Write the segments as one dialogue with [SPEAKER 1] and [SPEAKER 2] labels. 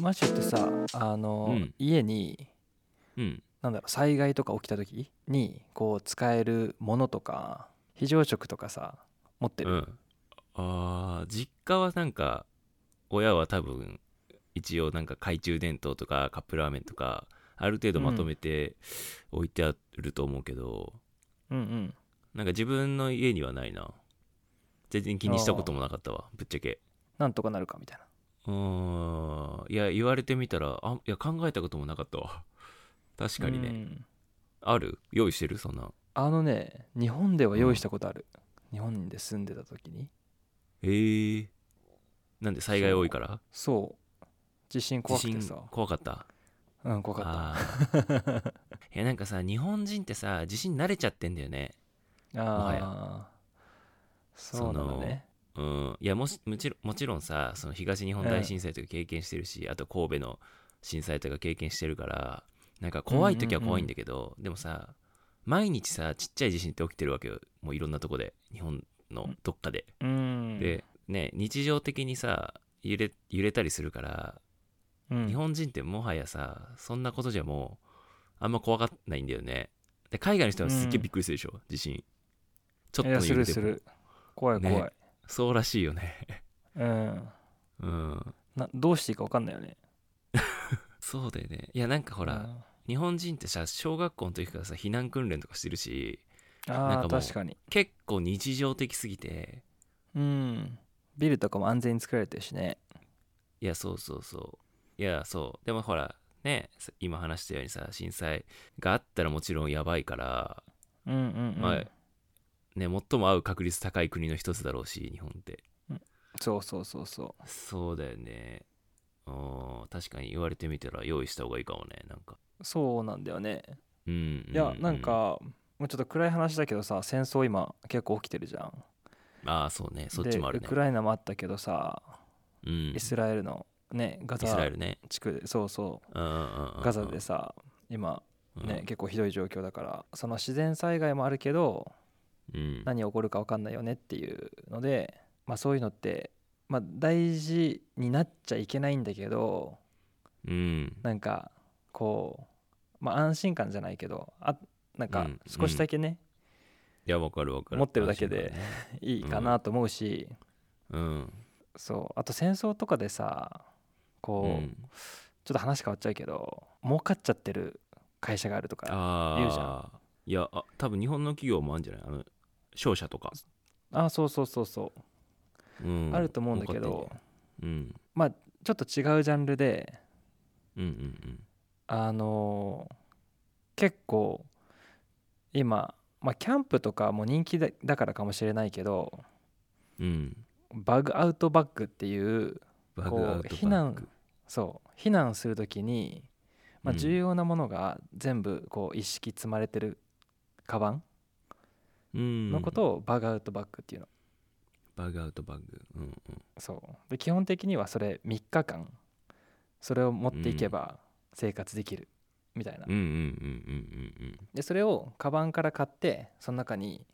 [SPEAKER 1] マシュってさあの、
[SPEAKER 2] うん
[SPEAKER 1] 家に
[SPEAKER 2] うん
[SPEAKER 1] なんだろう災害とか起きた時にこう使えるものとか非常食とかさ持ってる、
[SPEAKER 2] うんあー実家はなんか親は多分一応なんか懐中電灯とかカップラーメンとかある程度まとめて置いてあると思うけど、
[SPEAKER 1] うん、うん
[SPEAKER 2] なんか自分の家にはないな全然気にしたこともなかったわぶっちゃけ
[SPEAKER 1] なんとかなるかみたいな
[SPEAKER 2] うーんいや言われてみたらあいや考えたこともなかったわ 確かにね、
[SPEAKER 1] うん
[SPEAKER 2] ある用意してるそんな
[SPEAKER 1] あのね日本では用意したことある、日本で住んでた時に
[SPEAKER 2] えー、なんで災害多いから
[SPEAKER 1] そう地震怖くて
[SPEAKER 2] 地
[SPEAKER 1] さ
[SPEAKER 2] 震怖かった
[SPEAKER 1] うん怖かっ
[SPEAKER 2] あーいやなんかさ日本人ってさ地震慣れちゃってんだよね
[SPEAKER 1] た
[SPEAKER 2] もはや
[SPEAKER 1] ああそうなのね
[SPEAKER 2] うんいやもしもちろんもちろんさその東日本大震災とか経験してるし、あと神戸の震災とか経験してるからなんか怖い時は怖いんだけど、でもさ毎日さちっちゃい地震って起きてるわけよもういろんなとこで日本のどっかで、
[SPEAKER 1] うん
[SPEAKER 2] でね日常的にさ揺れ揺れたりするから
[SPEAKER 1] うん
[SPEAKER 2] 日本人ってもはやさそんなことじゃもうあんま怖がらないんだよねで海外の人はすっげえびっくりするでしょ、地震ちょっと
[SPEAKER 1] いや
[SPEAKER 2] の
[SPEAKER 1] す
[SPEAKER 2] 揺れ
[SPEAKER 1] る
[SPEAKER 2] ですも
[SPEAKER 1] る怖い怖い、
[SPEAKER 2] ねそうらしいよね
[SPEAKER 1] うん
[SPEAKER 2] うん
[SPEAKER 1] などうしていいか分かんないよね
[SPEAKER 2] そうだよねいやなんかほら、日本人ってさ小学校の時からさ避難訓練とかしてるし
[SPEAKER 1] うん
[SPEAKER 2] なん
[SPEAKER 1] あ
[SPEAKER 2] か
[SPEAKER 1] あ
[SPEAKER 2] もう
[SPEAKER 1] 確かに
[SPEAKER 2] 結構日常的すぎて
[SPEAKER 1] うんビルとかも安全に作られてるしね
[SPEAKER 2] いやそうそうそういやそうでもほらね今話したようにさ震災があったらもちろんやばいから
[SPEAKER 1] うんうん、うん
[SPEAKER 2] まあね最も会う確率高い国の一つだろうし日本って
[SPEAKER 1] そうそうそうそ
[SPEAKER 2] そうだよね。うん確かに言われてみたら用意した方がいいかもね。なんか。
[SPEAKER 1] うそうなんだよね
[SPEAKER 2] うんうんう
[SPEAKER 1] い
[SPEAKER 2] ん
[SPEAKER 1] やなん。かもうちょっと暗い話だけどさ戦争今結構起きてるじゃん
[SPEAKER 2] ああ、そうね。そっちもある
[SPEAKER 1] で
[SPEAKER 2] ね
[SPEAKER 1] ウク。ライナもあったけどさ、
[SPEAKER 2] うん、イ
[SPEAKER 1] イ
[SPEAKER 2] ス
[SPEAKER 1] スラエルのねガ
[SPEAKER 2] ラ
[SPEAKER 1] ザ
[SPEAKER 2] エルね。
[SPEAKER 1] 地区でそうそ
[SPEAKER 2] うんうんうんうん
[SPEAKER 1] うガザでさ今ね、結構ひどい状況だからその自然災害もあるけど
[SPEAKER 2] うん。
[SPEAKER 1] 何起こるか分かんないよねっていうので、まあ、そういうのって、まあ、大事になっちゃいけないんだけど
[SPEAKER 2] うん。
[SPEAKER 1] なんかこう、まあ、安心感じゃないけどあなん
[SPEAKER 2] う
[SPEAKER 1] か
[SPEAKER 2] ん
[SPEAKER 1] 少しだけね、
[SPEAKER 2] いや、わかるわかる。
[SPEAKER 1] 持ってるだけで
[SPEAKER 2] 安心感ね
[SPEAKER 1] いいかなと思うし、
[SPEAKER 2] うん。
[SPEAKER 1] そうあと戦争とかでさ
[SPEAKER 2] う
[SPEAKER 1] こう、
[SPEAKER 2] ん、
[SPEAKER 1] ちょっと話変わっちゃうけど儲かっちゃってる会社があるとか言うじゃ
[SPEAKER 2] ああ。いや、あ多分日本の企業もあるんじゃないあの、商社とか。
[SPEAKER 1] あそうそうそうそう、
[SPEAKER 2] うん。
[SPEAKER 1] あると思うんだけ
[SPEAKER 2] 儲
[SPEAKER 1] ど
[SPEAKER 2] かってんね。
[SPEAKER 1] ちょっと違うジャンルで
[SPEAKER 2] うん。うんうん
[SPEAKER 1] あのー結構今、まあ、キャンプとかも人気だだからかもしれないけど
[SPEAKER 2] うん。うん。
[SPEAKER 1] バグアウトバッグっていう
[SPEAKER 2] バ
[SPEAKER 1] こ
[SPEAKER 2] グア
[SPEAKER 1] う
[SPEAKER 2] ウトバッグ
[SPEAKER 1] 避難そう避難する時に、まあ、
[SPEAKER 2] うん
[SPEAKER 1] 重要なものが全部こう一式積まれてるカバン
[SPEAKER 2] うん。
[SPEAKER 1] のことをバグアウトバッグっていうの、
[SPEAKER 2] バグアウトバッグ。うんうん。
[SPEAKER 1] そうで基本的にはそれ3日間それを持っていけば生活できるみたいな、
[SPEAKER 2] うんうんうんうんうんうん。
[SPEAKER 1] でそれをカバンから買ってその中に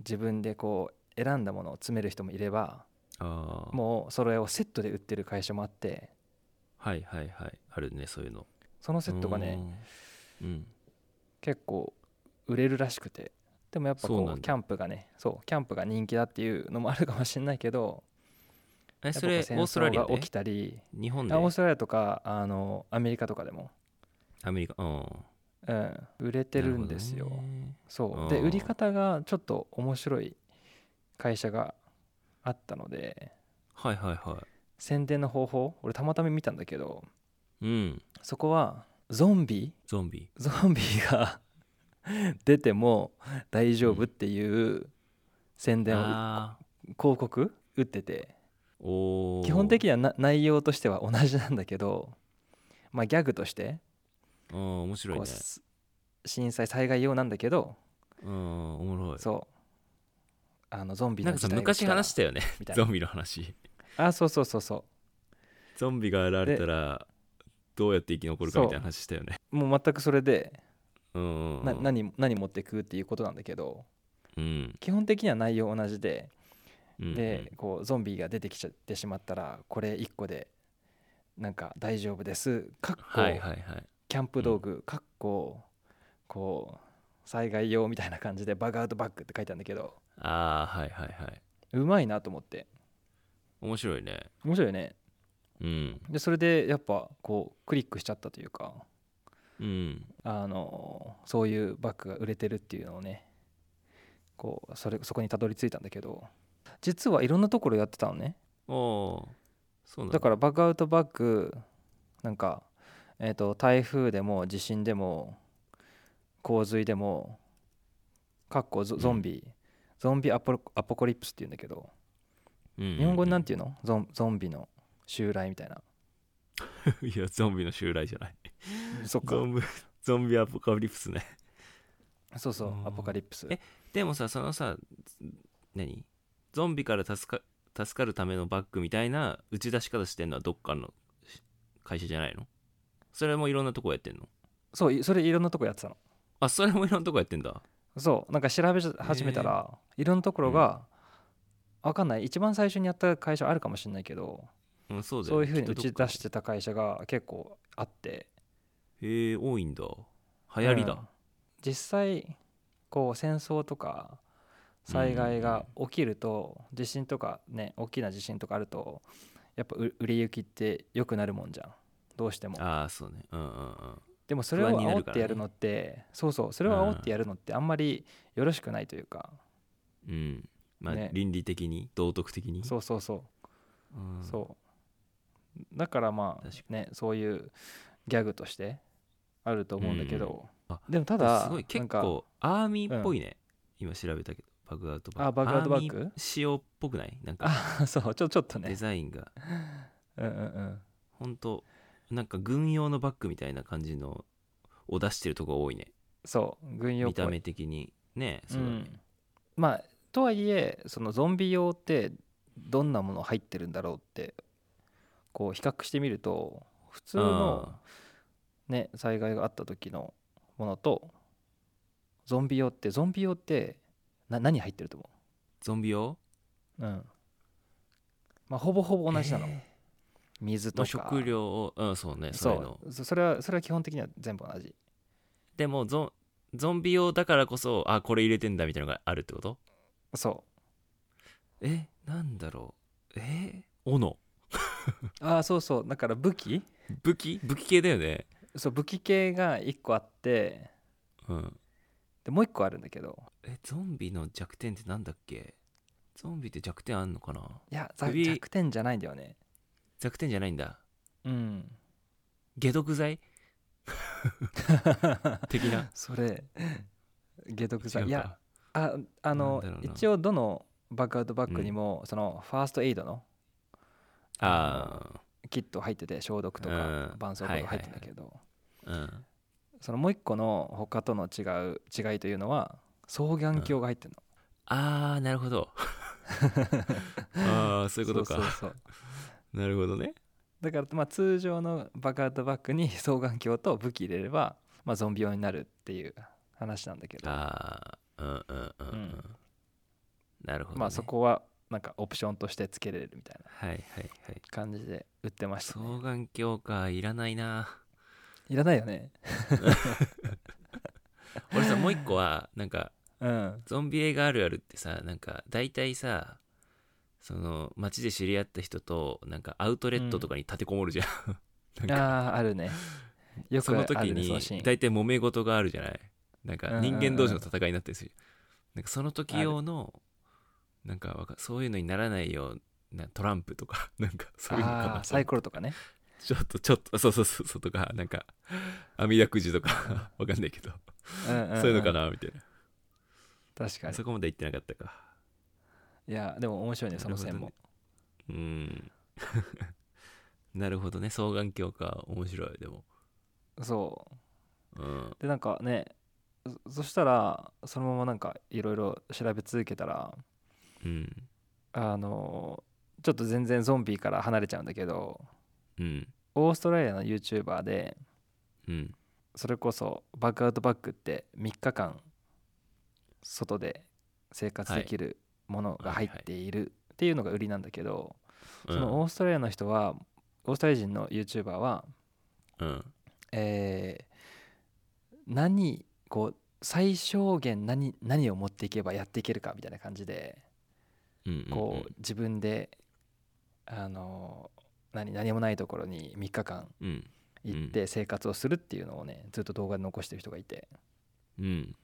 [SPEAKER 1] 自分でこう選んだものを詰める人もいれば
[SPEAKER 2] ああ
[SPEAKER 1] もうそれをセットで売ってる会社もあって
[SPEAKER 2] はいはいはいあるねそういうの
[SPEAKER 1] そのセットがね、
[SPEAKER 2] うんうん
[SPEAKER 1] 結構売れるらしくてでもやっぱ
[SPEAKER 2] そう
[SPEAKER 1] こ
[SPEAKER 2] なん
[SPEAKER 1] う
[SPEAKER 2] だ
[SPEAKER 1] キャンプがねそうキャンプが人気だっていうのもあるかもしれないけど
[SPEAKER 2] え
[SPEAKER 1] やっ
[SPEAKER 2] そ
[SPEAKER 1] ぱこう
[SPEAKER 2] れオ
[SPEAKER 1] 戦
[SPEAKER 2] ーストラ
[SPEAKER 1] 争
[SPEAKER 2] リア
[SPEAKER 1] が
[SPEAKER 2] で
[SPEAKER 1] 起きたり
[SPEAKER 2] 日本で
[SPEAKER 1] あオーストラリアとかあのアメリカとかでも、
[SPEAKER 2] アメリカうん
[SPEAKER 1] うん、売れてるんですよ、
[SPEAKER 2] なほどね
[SPEAKER 1] そうで
[SPEAKER 2] うん
[SPEAKER 1] 売り方がちょっと面白い会社があったので
[SPEAKER 2] はいはいは
[SPEAKER 1] 宣伝の方法俺たまたま見たんだけど
[SPEAKER 2] いうん
[SPEAKER 1] そこはゾンビ
[SPEAKER 2] ゾンビ
[SPEAKER 1] ゾンビが 出ても大丈夫っていう宣伝を打っ
[SPEAKER 2] あ
[SPEAKER 1] 広告打ってて
[SPEAKER 2] ーおー
[SPEAKER 1] 基本的にはな内容としては同じなんだけど、まあ、ギャグとして
[SPEAKER 2] うん面白い
[SPEAKER 1] こ
[SPEAKER 2] ね
[SPEAKER 1] うす震災災害用なんだけど
[SPEAKER 2] うんおもろい
[SPEAKER 1] そうあのゾンビ
[SPEAKER 2] な
[SPEAKER 1] の
[SPEAKER 2] んかさ
[SPEAKER 1] 時代が来
[SPEAKER 2] 昔
[SPEAKER 1] たら
[SPEAKER 2] 話したよね
[SPEAKER 1] みたい
[SPEAKER 2] ゾ
[SPEAKER 1] な
[SPEAKER 2] ンビの話
[SPEAKER 1] あそうそうそうそ
[SPEAKER 2] ゾンビが現れたらどうやって生き残るか
[SPEAKER 1] そう
[SPEAKER 2] みたいな話したよね
[SPEAKER 1] うもう全くそれで
[SPEAKER 2] うんうんう
[SPEAKER 1] なん何何持ってくっていうことなんだけど
[SPEAKER 2] うん
[SPEAKER 1] 基本的には内容同じで
[SPEAKER 2] うん
[SPEAKER 1] でこうゾンビが出てきちゃってしまったらこれ1個でなんか大丈夫ですかっこ、
[SPEAKER 2] はいはいはい
[SPEAKER 1] キャンプ道具かっここう災害用みたいな感じでバグアウトバッグって書いてあるんだけど
[SPEAKER 2] ああはいはいはいう
[SPEAKER 1] まいなと思って
[SPEAKER 2] 面白いね
[SPEAKER 1] 面白いよね
[SPEAKER 2] うん
[SPEAKER 1] でそれでやっぱこうクリックしちゃったというか
[SPEAKER 2] うん
[SPEAKER 1] あのそういうバッグが売れてるっていうのをねこうそれそこにたどり着いたんだけど実はいろんなところやってたのね
[SPEAKER 2] おおそうなん
[SPEAKER 1] だからバックアウトバッグなんか、えー、と台風でも地震でも洪水でもかっこゾゾンビ、ゾンビアポロアポコリプスっていうんだけど日本語になんて言うのゾンゾンビの襲来みたいな
[SPEAKER 2] 言う いやゾンビの襲来じゃない
[SPEAKER 1] そっか
[SPEAKER 2] ゾンビゾンビアポカリプスね
[SPEAKER 1] そうそう
[SPEAKER 2] うん
[SPEAKER 1] アポカリプス
[SPEAKER 2] えでもさそのさ何ゾンビから助か助かるためのバッグみたいな打ち出し方してんのはどっかのし会社じゃないのそれもいろんなとこやってんの
[SPEAKER 1] そういそれいろんなとこやってたの
[SPEAKER 2] あそれもいろんなとこやってんだ
[SPEAKER 1] そうなんか調べ始めたら、いろんなところが、わかんない一番最初にやった会社あるかもしれないけど
[SPEAKER 2] うんそうだ
[SPEAKER 1] そ
[SPEAKER 2] よ
[SPEAKER 1] う
[SPEAKER 2] ね
[SPEAKER 1] いうふうに
[SPEAKER 2] き
[SPEAKER 1] 打
[SPEAKER 2] っとどっ
[SPEAKER 1] ち
[SPEAKER 2] か
[SPEAKER 1] 出してた会社が結構あって
[SPEAKER 2] へえ多いんだ流行りだ、
[SPEAKER 1] うん実際こう戦争とか災害が起きると地震とかね大きな地震とかあるとやっぱう売れ行きって良くなるもんじゃんどうしても
[SPEAKER 2] ああそうねうんうんうん
[SPEAKER 1] でもそれを
[SPEAKER 2] 不安にな
[SPEAKER 1] 煽
[SPEAKER 2] る
[SPEAKER 1] っ
[SPEAKER 2] から
[SPEAKER 1] て
[SPEAKER 2] ね
[SPEAKER 1] やるのってそうそうそれを煽ってやるのってあんまりよろしくないというか、
[SPEAKER 2] うんまあ、
[SPEAKER 1] ね
[SPEAKER 2] 倫理的に道徳的に,、
[SPEAKER 1] そうそうそうう、
[SPEAKER 2] ん、
[SPEAKER 1] そうだからま
[SPEAKER 2] 確か
[SPEAKER 1] あねそういうギャグとしてあると思うんだけど、
[SPEAKER 2] うんあ
[SPEAKER 1] でもた
[SPEAKER 2] でも
[SPEAKER 1] だ
[SPEAKER 2] すごい
[SPEAKER 1] な
[SPEAKER 2] 結
[SPEAKER 1] んか
[SPEAKER 2] 構アーミーっぽいね、今調べたけどバグアウトバッグ
[SPEAKER 1] あバグアウトバッ
[SPEAKER 2] ミ
[SPEAKER 1] グ
[SPEAKER 2] ー仕様っぽくないなんか
[SPEAKER 1] あ そうちょちょっと
[SPEAKER 2] デ
[SPEAKER 1] ね
[SPEAKER 2] ザインが
[SPEAKER 1] うんうんうん
[SPEAKER 2] 本当なんか軍用のバッグみたいな感じのを出してるとこ多いね
[SPEAKER 1] そう軍用っ
[SPEAKER 2] 見
[SPEAKER 1] ぽい
[SPEAKER 2] た目的にねそううだね
[SPEAKER 1] ん、まあとはいえそのゾンビ用ってどんなもの入ってるんだろうってこう比較してみると普通の、ね災害があった時のものとゾンビ用ってゾンビ用ってな何入ってると思
[SPEAKER 2] ゾンビ用
[SPEAKER 1] ううんまあほぼほぼ同じなの、
[SPEAKER 2] えー
[SPEAKER 1] 水と
[SPEAKER 2] まあ
[SPEAKER 1] か
[SPEAKER 2] 食料をうんそうねそういうの
[SPEAKER 1] そうそそれはそれは基本的には全部同じ
[SPEAKER 2] でもゾンゾンビ用だからこそあこれ入れてんだみたいなのがあるってこと
[SPEAKER 1] そ
[SPEAKER 2] えなんだろうえー斧
[SPEAKER 1] うああそうそうだから武器
[SPEAKER 2] 武器武器系だよね
[SPEAKER 1] そう武器系が1個あって
[SPEAKER 2] うん
[SPEAKER 1] でもう1個あるんだけど
[SPEAKER 2] えゾンビの弱点ってなんだっけゾンビって弱点あんのかない
[SPEAKER 1] やざ
[SPEAKER 2] 首
[SPEAKER 1] 弱点じゃないんだよね
[SPEAKER 2] 弱点じゃないんだ
[SPEAKER 1] うん
[SPEAKER 2] 解 毒剤的な
[SPEAKER 1] それ解毒剤
[SPEAKER 2] 違う
[SPEAKER 1] い
[SPEAKER 2] い
[SPEAKER 1] やああの
[SPEAKER 2] なんだろうな
[SPEAKER 1] 一応どのバックアウトバッグにも、そのファーストエイドの
[SPEAKER 2] ああ
[SPEAKER 1] キット入ってて消毒とか
[SPEAKER 2] うん
[SPEAKER 1] 絆創膏とか入ってんだけど、
[SPEAKER 2] うん
[SPEAKER 1] そのもう一個の他との違う違いというのは双眼鏡が入ってるの、
[SPEAKER 2] ああなるほ どああそういうことか
[SPEAKER 1] そうそうそう
[SPEAKER 2] なるほどね
[SPEAKER 1] だからまあ通常のバックアウトバッグに 双眼鏡と武器入れれば、まあ、ゾンビ用になるっていう話なんだけど
[SPEAKER 2] ああうんうんうん、う
[SPEAKER 1] うん
[SPEAKER 2] ん、なるほど、ね、
[SPEAKER 1] まあそこはなんかオプションとしてつけれるみたいな
[SPEAKER 2] はいはいはい
[SPEAKER 1] 感じで売ってました、
[SPEAKER 2] 双
[SPEAKER 1] ね、
[SPEAKER 2] 眼鏡かいらないない
[SPEAKER 1] らないよね
[SPEAKER 2] 俺さもう一個はなんか
[SPEAKER 1] うん
[SPEAKER 2] ゾンビ映画あるあるってさなんか大体さその街で知り合った人となんかアウトレットとかに立てこもるじゃん、
[SPEAKER 1] あ
[SPEAKER 2] なんか
[SPEAKER 1] あーある ねよ
[SPEAKER 2] そ
[SPEAKER 1] くあ
[SPEAKER 2] の
[SPEAKER 1] る、ね、
[SPEAKER 2] 時
[SPEAKER 1] その
[SPEAKER 2] に
[SPEAKER 1] シーン
[SPEAKER 2] 大体揉め事があるじゃない
[SPEAKER 1] うんう
[SPEAKER 2] なん
[SPEAKER 1] ん
[SPEAKER 2] か
[SPEAKER 1] うん
[SPEAKER 2] 人間同士の戦いになってるし、なんかその時用のなんかわかそういうのにならないようなトランプとか なんかそういうのか
[SPEAKER 1] あ
[SPEAKER 2] な
[SPEAKER 1] あサイコロとかね
[SPEAKER 2] ちょっとちょっとそうそうそうそうとかなんか網だくじとかわかんないけど、
[SPEAKER 1] うんんん
[SPEAKER 2] そういうのかなみたいな、
[SPEAKER 1] 確かに
[SPEAKER 2] そこまで言ってなかったか
[SPEAKER 1] いやでも面白いねその線
[SPEAKER 2] な
[SPEAKER 1] も
[SPEAKER 2] る、うーん なるほどね双眼鏡か面白いでも
[SPEAKER 1] そ
[SPEAKER 2] うん
[SPEAKER 1] うでなんかねそそしたらそのままなんかいろいろ調べ続けたら
[SPEAKER 2] うん
[SPEAKER 1] あのーちょっと全然ゾンビから離れちゃうんだけど
[SPEAKER 2] うん
[SPEAKER 1] オーストラリアの YouTuber で
[SPEAKER 2] うん
[SPEAKER 1] それこそバックアウトバッグって3日間外で生活できるものが入っているっていうのが売りなんだけど、
[SPEAKER 2] うん
[SPEAKER 1] そのオーストラリアの人はオーストラリア人の YouTuber は、
[SPEAKER 2] うん
[SPEAKER 1] えー何こう最小限何何を持っていけばやっていけるかみたいな感じで
[SPEAKER 2] うんうんうん
[SPEAKER 1] こう自分であの何何もないところに3日間
[SPEAKER 2] うん
[SPEAKER 1] 行って生活をするっていうのをねずっと動画で残してる人がいて
[SPEAKER 2] うん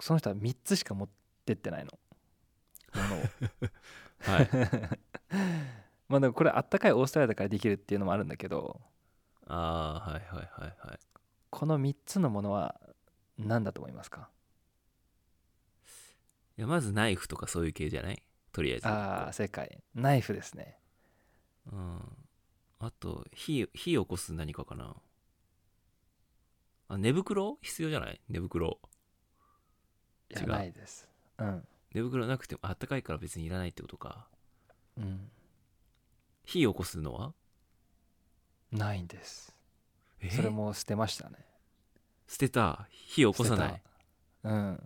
[SPEAKER 1] その人は3つしか持ってって ないの。物を
[SPEAKER 2] はい
[SPEAKER 1] まあでもこれあったかいオーストラリアだからできるっていうのもあるんだけど
[SPEAKER 2] ああはいはいはいはい
[SPEAKER 1] この3つのものは何だと思いますか
[SPEAKER 2] いやまずナイフとかそういう系じゃないとりあえず
[SPEAKER 1] ああ正解ナイフですね
[SPEAKER 2] うんあと火火起こす何かかなあ寝袋必要じゃない寝袋
[SPEAKER 1] いや
[SPEAKER 2] 違う
[SPEAKER 1] ないですうん
[SPEAKER 2] 寝袋なくてもあったかいから別にいらないってことか
[SPEAKER 1] うん
[SPEAKER 2] 火起こすのは
[SPEAKER 1] ないんです
[SPEAKER 2] え
[SPEAKER 1] それも捨てましたね
[SPEAKER 2] 捨てた火起こさな
[SPEAKER 1] 捨て
[SPEAKER 2] い
[SPEAKER 1] たうん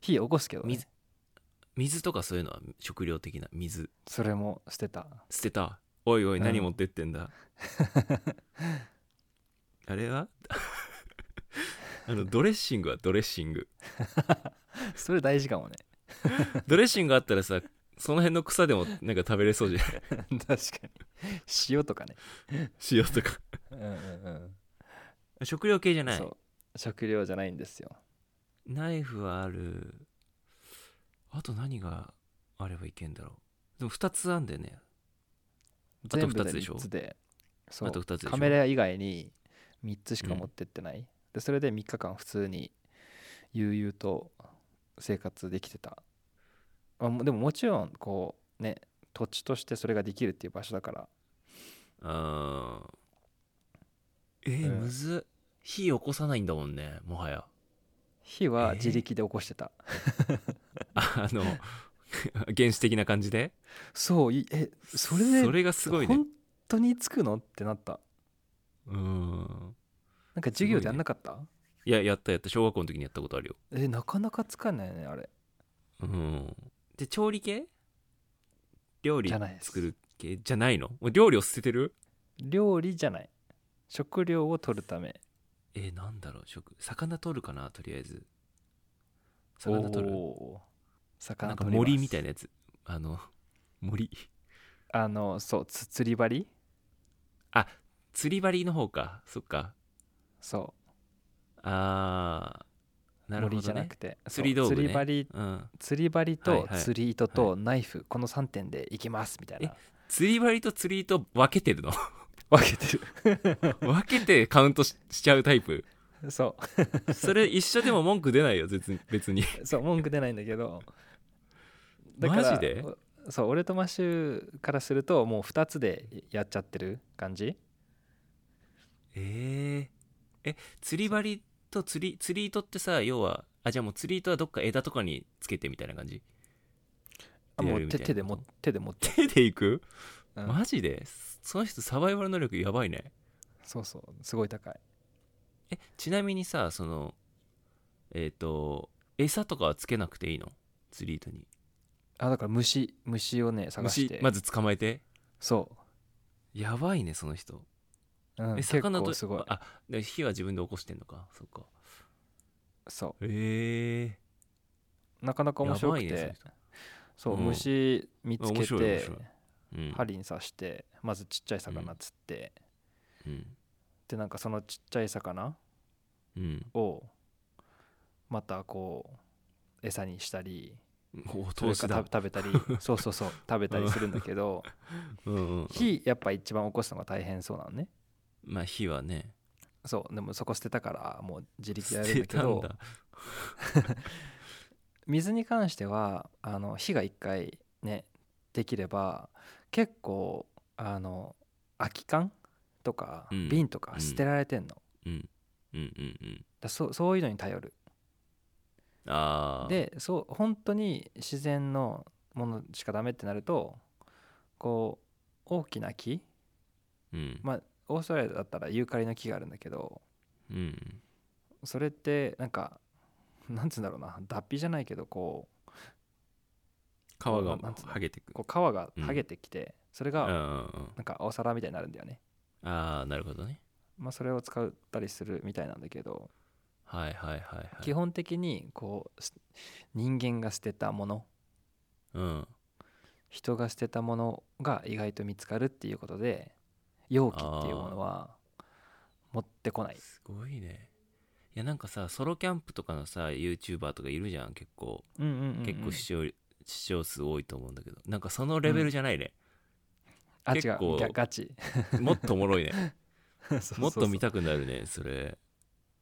[SPEAKER 1] 火起こすけど、ね
[SPEAKER 2] 水、水とかそういうのは食料的な水
[SPEAKER 1] それも捨てた
[SPEAKER 2] 捨てたおいおい
[SPEAKER 1] うん
[SPEAKER 2] 何持ってってん だ、あれは あのドレッシングはドレッシング
[SPEAKER 1] それ大事か もね
[SPEAKER 2] ドレッシングあったらさその辺の草でもなんか 食べれそうじゃない
[SPEAKER 1] 確かに 塩とかね
[SPEAKER 2] 塩とか
[SPEAKER 1] うんうんうん
[SPEAKER 2] 食料系じゃない
[SPEAKER 1] そう食料じゃないんですよ
[SPEAKER 2] ナイフはあるあと何があればいけんだろうでも2つあんだよねあと
[SPEAKER 1] 全部
[SPEAKER 2] 二つでしょ
[SPEAKER 1] 3つでそう
[SPEAKER 2] あと2つでしょ
[SPEAKER 1] カメラ以外に3つしか持ってってない、でそれで3日間普通に悠々と生活できてた、まあ、もでももちろんこうね土地としてそれができるっていう場所だから
[SPEAKER 2] あーえー
[SPEAKER 1] うん
[SPEAKER 2] むずっ火起こさないんだもんねもはや
[SPEAKER 1] 火は
[SPEAKER 2] えー
[SPEAKER 1] 自力で起こしてた、
[SPEAKER 2] あの 原始的な感じで
[SPEAKER 1] そういえそれで
[SPEAKER 2] それがすごいね
[SPEAKER 1] 本当につくのってなった
[SPEAKER 2] うん
[SPEAKER 1] なんか授業でやんなかった、
[SPEAKER 2] いややったやった小学校の時にやったことあるよ
[SPEAKER 1] えなかなかつかないねあれ
[SPEAKER 2] うんで調理系料理
[SPEAKER 1] じゃないです
[SPEAKER 2] 作る系じゃないのもう料理を捨ててる
[SPEAKER 1] 料理じゃない食料を取るため
[SPEAKER 2] えー、なんだろう食魚取るかなとりあえず魚取る
[SPEAKER 1] おー魚
[SPEAKER 2] なんか
[SPEAKER 1] 取ります
[SPEAKER 2] 森みたいなやつあの森
[SPEAKER 1] あのそうつ釣り針
[SPEAKER 2] 釣り針の方かそっか
[SPEAKER 1] そ
[SPEAKER 2] あー
[SPEAKER 1] う、
[SPEAKER 2] なるほ
[SPEAKER 1] 森
[SPEAKER 2] ど
[SPEAKER 1] じゃな
[SPEAKER 2] ね
[SPEAKER 1] くて
[SPEAKER 2] 釣り道具ね
[SPEAKER 1] そう釣り針
[SPEAKER 2] うん、
[SPEAKER 1] 釣り針
[SPEAKER 2] はい
[SPEAKER 1] と
[SPEAKER 2] はい
[SPEAKER 1] 釣り糸とナイフ、この3点でいきますみたいな
[SPEAKER 2] 釣り針と釣り糸分けてる の
[SPEAKER 1] 分けて
[SPEAKER 2] 分けてカウントししちゃうタイプ
[SPEAKER 1] る そ
[SPEAKER 2] それ一緒でも文句出ないよ別に別に
[SPEAKER 1] うそう文句出ないんだけど
[SPEAKER 2] マジで
[SPEAKER 1] そう俺とマシューからするともう2つでやっちゃってる感じ
[SPEAKER 2] えー、え釣り針と釣り釣り糸ってさ要はあじゃあもう釣り糸はどっか枝とかにつけてみたいな感じ
[SPEAKER 1] あ
[SPEAKER 2] でや
[SPEAKER 1] も
[SPEAKER 2] る
[SPEAKER 1] う
[SPEAKER 2] みた
[SPEAKER 1] 手
[SPEAKER 2] い
[SPEAKER 1] 手
[SPEAKER 2] な
[SPEAKER 1] でも手で持って、
[SPEAKER 2] 手で行く、
[SPEAKER 1] うん
[SPEAKER 2] マジでその人サバイバル能力やばいね
[SPEAKER 1] そうそうすごい高い
[SPEAKER 2] えちなみにさそのえっ、と餌とかはつけなくていいの釣り糸に
[SPEAKER 1] あだから虫虫をね探して
[SPEAKER 2] 虫まず捕まえて
[SPEAKER 1] そ
[SPEAKER 2] やばいねその人
[SPEAKER 1] う、うん、
[SPEAKER 2] え
[SPEAKER 1] 結構すごい
[SPEAKER 2] あで火は自分で起こしてんのかそっか
[SPEAKER 1] そ
[SPEAKER 2] へ
[SPEAKER 1] うなかなか
[SPEAKER 2] え
[SPEAKER 1] 面
[SPEAKER 2] や
[SPEAKER 1] 白
[SPEAKER 2] ば
[SPEAKER 1] く
[SPEAKER 2] い
[SPEAKER 1] て、
[SPEAKER 2] ねその人
[SPEAKER 1] そう、
[SPEAKER 2] うん
[SPEAKER 1] 虫見つ
[SPEAKER 2] 面
[SPEAKER 1] け
[SPEAKER 2] 白い面
[SPEAKER 1] て
[SPEAKER 2] 白いうん
[SPEAKER 1] 針に刺してまずちっちゃい魚釣って、
[SPEAKER 2] うん
[SPEAKER 1] でなんかそのちっちゃい魚
[SPEAKER 2] うん
[SPEAKER 1] をまたこう餌にしたり
[SPEAKER 2] お
[SPEAKER 1] それ
[SPEAKER 2] 投資
[SPEAKER 1] か
[SPEAKER 2] だ
[SPEAKER 1] 食べ食べた りそうそうそう食べたりするんだけど
[SPEAKER 2] うんうん
[SPEAKER 1] 火やっぱ一番起こすのが大変そうなのね
[SPEAKER 2] まあ火はね
[SPEAKER 1] そうでもそこ捨てたからもう自力で
[SPEAKER 2] 捨
[SPEAKER 1] やるんだ
[SPEAKER 2] て
[SPEAKER 1] け
[SPEAKER 2] たん
[SPEAKER 1] ど
[SPEAKER 2] だ
[SPEAKER 1] 水に関してはあの火が一回ねできれば結構あの空き缶とか
[SPEAKER 2] うん
[SPEAKER 1] 瓶とか
[SPEAKER 2] うん
[SPEAKER 1] 捨てられてんの、
[SPEAKER 2] うんうんうんうん
[SPEAKER 1] だそうそういうのに頼る
[SPEAKER 2] ああ
[SPEAKER 1] でそう本当に自然のものしかダメってなるとこう大きな木
[SPEAKER 2] うん
[SPEAKER 1] まあオーストラリアだったらユーカリの木があるんだけど
[SPEAKER 2] うん
[SPEAKER 1] それってなんかなんつうんだろうな脱皮じゃないけどこ
[SPEAKER 2] 皮が
[SPEAKER 1] なんつうの
[SPEAKER 2] 剥げてく
[SPEAKER 1] こう皮が
[SPEAKER 2] うん
[SPEAKER 1] 剥げてきて、それ
[SPEAKER 2] うんうん
[SPEAKER 1] が
[SPEAKER 2] うん
[SPEAKER 1] なんか青皿みたいになるんだよね、
[SPEAKER 2] ああなるほどね
[SPEAKER 1] まあ、それを使ったりするみたいなんだけど、
[SPEAKER 2] はいはいはいはい
[SPEAKER 1] 基本的にこうす人間が捨てたもの
[SPEAKER 2] うん
[SPEAKER 1] 人が捨てたものが意外と見つかるっていうことで容器っていうものは持ってこない
[SPEAKER 2] すごいねいやなんかさソロキャンプとかのさ YouTuber とかいるじゃん結構
[SPEAKER 1] うんうんうんうん
[SPEAKER 2] 結構視聴,、視聴数多いと思うんだけどなんかそのレベルじゃないね、
[SPEAKER 1] あ違う
[SPEAKER 2] 結構
[SPEAKER 1] ガガチ
[SPEAKER 2] もっとおもろいね
[SPEAKER 1] そうそうそう
[SPEAKER 2] もっと見たくなるねそれ、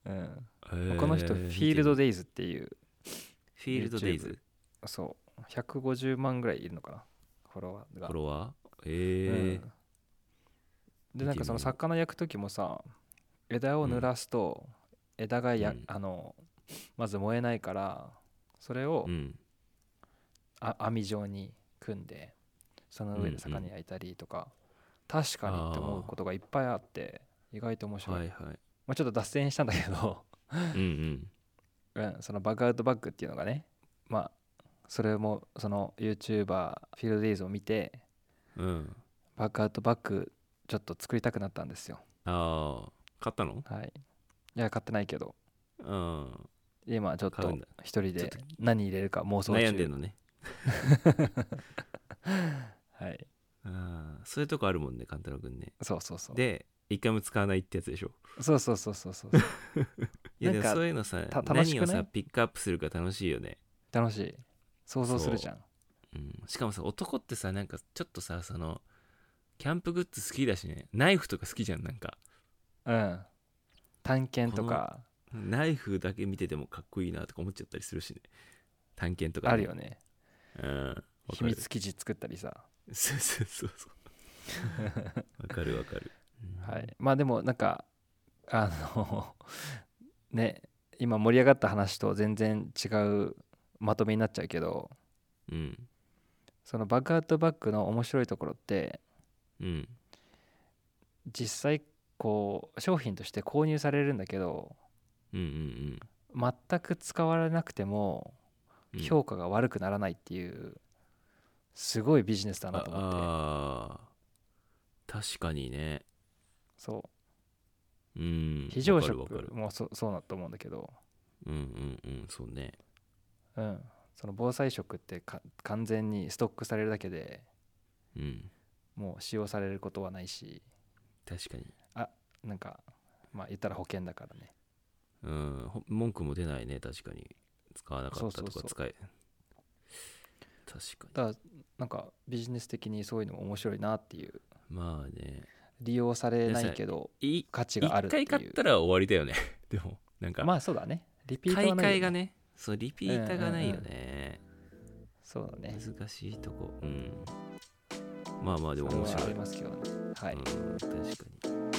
[SPEAKER 1] うん
[SPEAKER 2] へー
[SPEAKER 1] この人フィールド
[SPEAKER 2] 見て
[SPEAKER 1] デイズっていう
[SPEAKER 2] みフィールドデイズ
[SPEAKER 1] YouTube そう150万ぐらいいるのかなフォロワー
[SPEAKER 2] フ
[SPEAKER 1] が
[SPEAKER 2] ォロワーえ
[SPEAKER 1] うん
[SPEAKER 2] 見てみよ
[SPEAKER 1] で
[SPEAKER 2] う
[SPEAKER 1] なんかその魚焼く時もさ枝を濡らすと枝がや、
[SPEAKER 2] うん
[SPEAKER 1] あのまず燃えないからそれを
[SPEAKER 2] ーうん
[SPEAKER 1] あ網状に組んでその上で
[SPEAKER 2] うんう
[SPEAKER 1] 魚
[SPEAKER 2] ん
[SPEAKER 1] 焼いたりとか、確かにって思うことがいっぱいあって意外と面白い、
[SPEAKER 2] はいはい
[SPEAKER 1] まあ、ちょっと脱線したんだけど、
[SPEAKER 2] うんう
[SPEAKER 1] う
[SPEAKER 2] ん
[SPEAKER 1] ん、そのバグアウトバッグっていうのがねまあそれもその YouTuber フィールドデイズを見て
[SPEAKER 2] うん
[SPEAKER 1] バグアウトバッグちょっと作りたくなったんですよ
[SPEAKER 2] ああ買ったの
[SPEAKER 1] はいいや買ってないけど
[SPEAKER 2] うん
[SPEAKER 1] 今ちょっ
[SPEAKER 2] 買う
[SPEAKER 1] と
[SPEAKER 2] んだ
[SPEAKER 1] 一人
[SPEAKER 2] ちょっ
[SPEAKER 1] で
[SPEAKER 2] と
[SPEAKER 1] 何入れるか妄想中
[SPEAKER 2] 悩んでんのね
[SPEAKER 1] はい
[SPEAKER 2] あーそういうとこあるもんね勘太郎くんね
[SPEAKER 1] そうそうそう
[SPEAKER 2] で一回も使わないってやつでしょ
[SPEAKER 1] そうそうそうそうそう
[SPEAKER 2] いやで
[SPEAKER 1] なん
[SPEAKER 2] も
[SPEAKER 1] か
[SPEAKER 2] そういうのさ
[SPEAKER 1] た楽し
[SPEAKER 2] 何
[SPEAKER 1] くな
[SPEAKER 2] を
[SPEAKER 1] い
[SPEAKER 2] さピックアップするか楽しいよね、
[SPEAKER 1] 楽しい想像するじゃん
[SPEAKER 2] うん、しかもさ男ってさなんかちょっとさそのキャンプグッズ好きだしねナイフとか好きじゃんなんか
[SPEAKER 1] うん探検とか
[SPEAKER 2] ナイフだけ見ててもかっこいいなとか思っちゃったりするしね探検とか、ね、
[SPEAKER 1] あるよね
[SPEAKER 2] うんわかる
[SPEAKER 1] 秘密基地作ったりさ
[SPEAKER 2] そうそうそうそうわかるわかる、うん
[SPEAKER 1] はいまあでもなんかあの ね今盛り上がった話と全然違うまとめになっちゃうけど
[SPEAKER 2] うん
[SPEAKER 1] そのバックアウトバックの面白いところって
[SPEAKER 2] うん
[SPEAKER 1] 実際こう商品として購入されるんだけど
[SPEAKER 2] うんうん
[SPEAKER 1] 全く使われなくても
[SPEAKER 2] うん
[SPEAKER 1] 評価が悪くならないっていうすごいビジネスだなと思って
[SPEAKER 2] ああー確かにね
[SPEAKER 1] そう
[SPEAKER 2] うん
[SPEAKER 1] 非常
[SPEAKER 2] わかるわか
[SPEAKER 1] 食
[SPEAKER 2] る
[SPEAKER 1] もそそうだと思うんだけど
[SPEAKER 2] うんうんうんそうね
[SPEAKER 1] うん、その防災食ってか完全にストックされるだけで
[SPEAKER 2] うん
[SPEAKER 1] もう使用されることはないし
[SPEAKER 2] 確かに
[SPEAKER 1] なんかまあ言ったら保険だからね
[SPEAKER 2] うんほ文句も出ないね確かに使わなかった
[SPEAKER 1] そうそ
[SPEAKER 2] と
[SPEAKER 1] うそ
[SPEAKER 2] か
[SPEAKER 1] う
[SPEAKER 2] 使え確か
[SPEAKER 1] だからなんかビジネス的にそういうのも面白いなっていう
[SPEAKER 2] にまあね
[SPEAKER 1] 利用されないけど
[SPEAKER 2] い
[SPEAKER 1] 価値がある
[SPEAKER 2] 一
[SPEAKER 1] ってい
[SPEAKER 2] 回
[SPEAKER 1] う
[SPEAKER 2] 買ったら終わりだよね でもなんか、
[SPEAKER 1] まあそうだねリピートは
[SPEAKER 2] 買い
[SPEAKER 1] ないよ
[SPEAKER 2] 替えがねそうリピーターがないよね、
[SPEAKER 1] そうだね
[SPEAKER 2] 難しいとこうんまあまあでも
[SPEAKER 1] それはあ
[SPEAKER 2] 面白い
[SPEAKER 1] りますけどねはい、
[SPEAKER 2] うん、確かに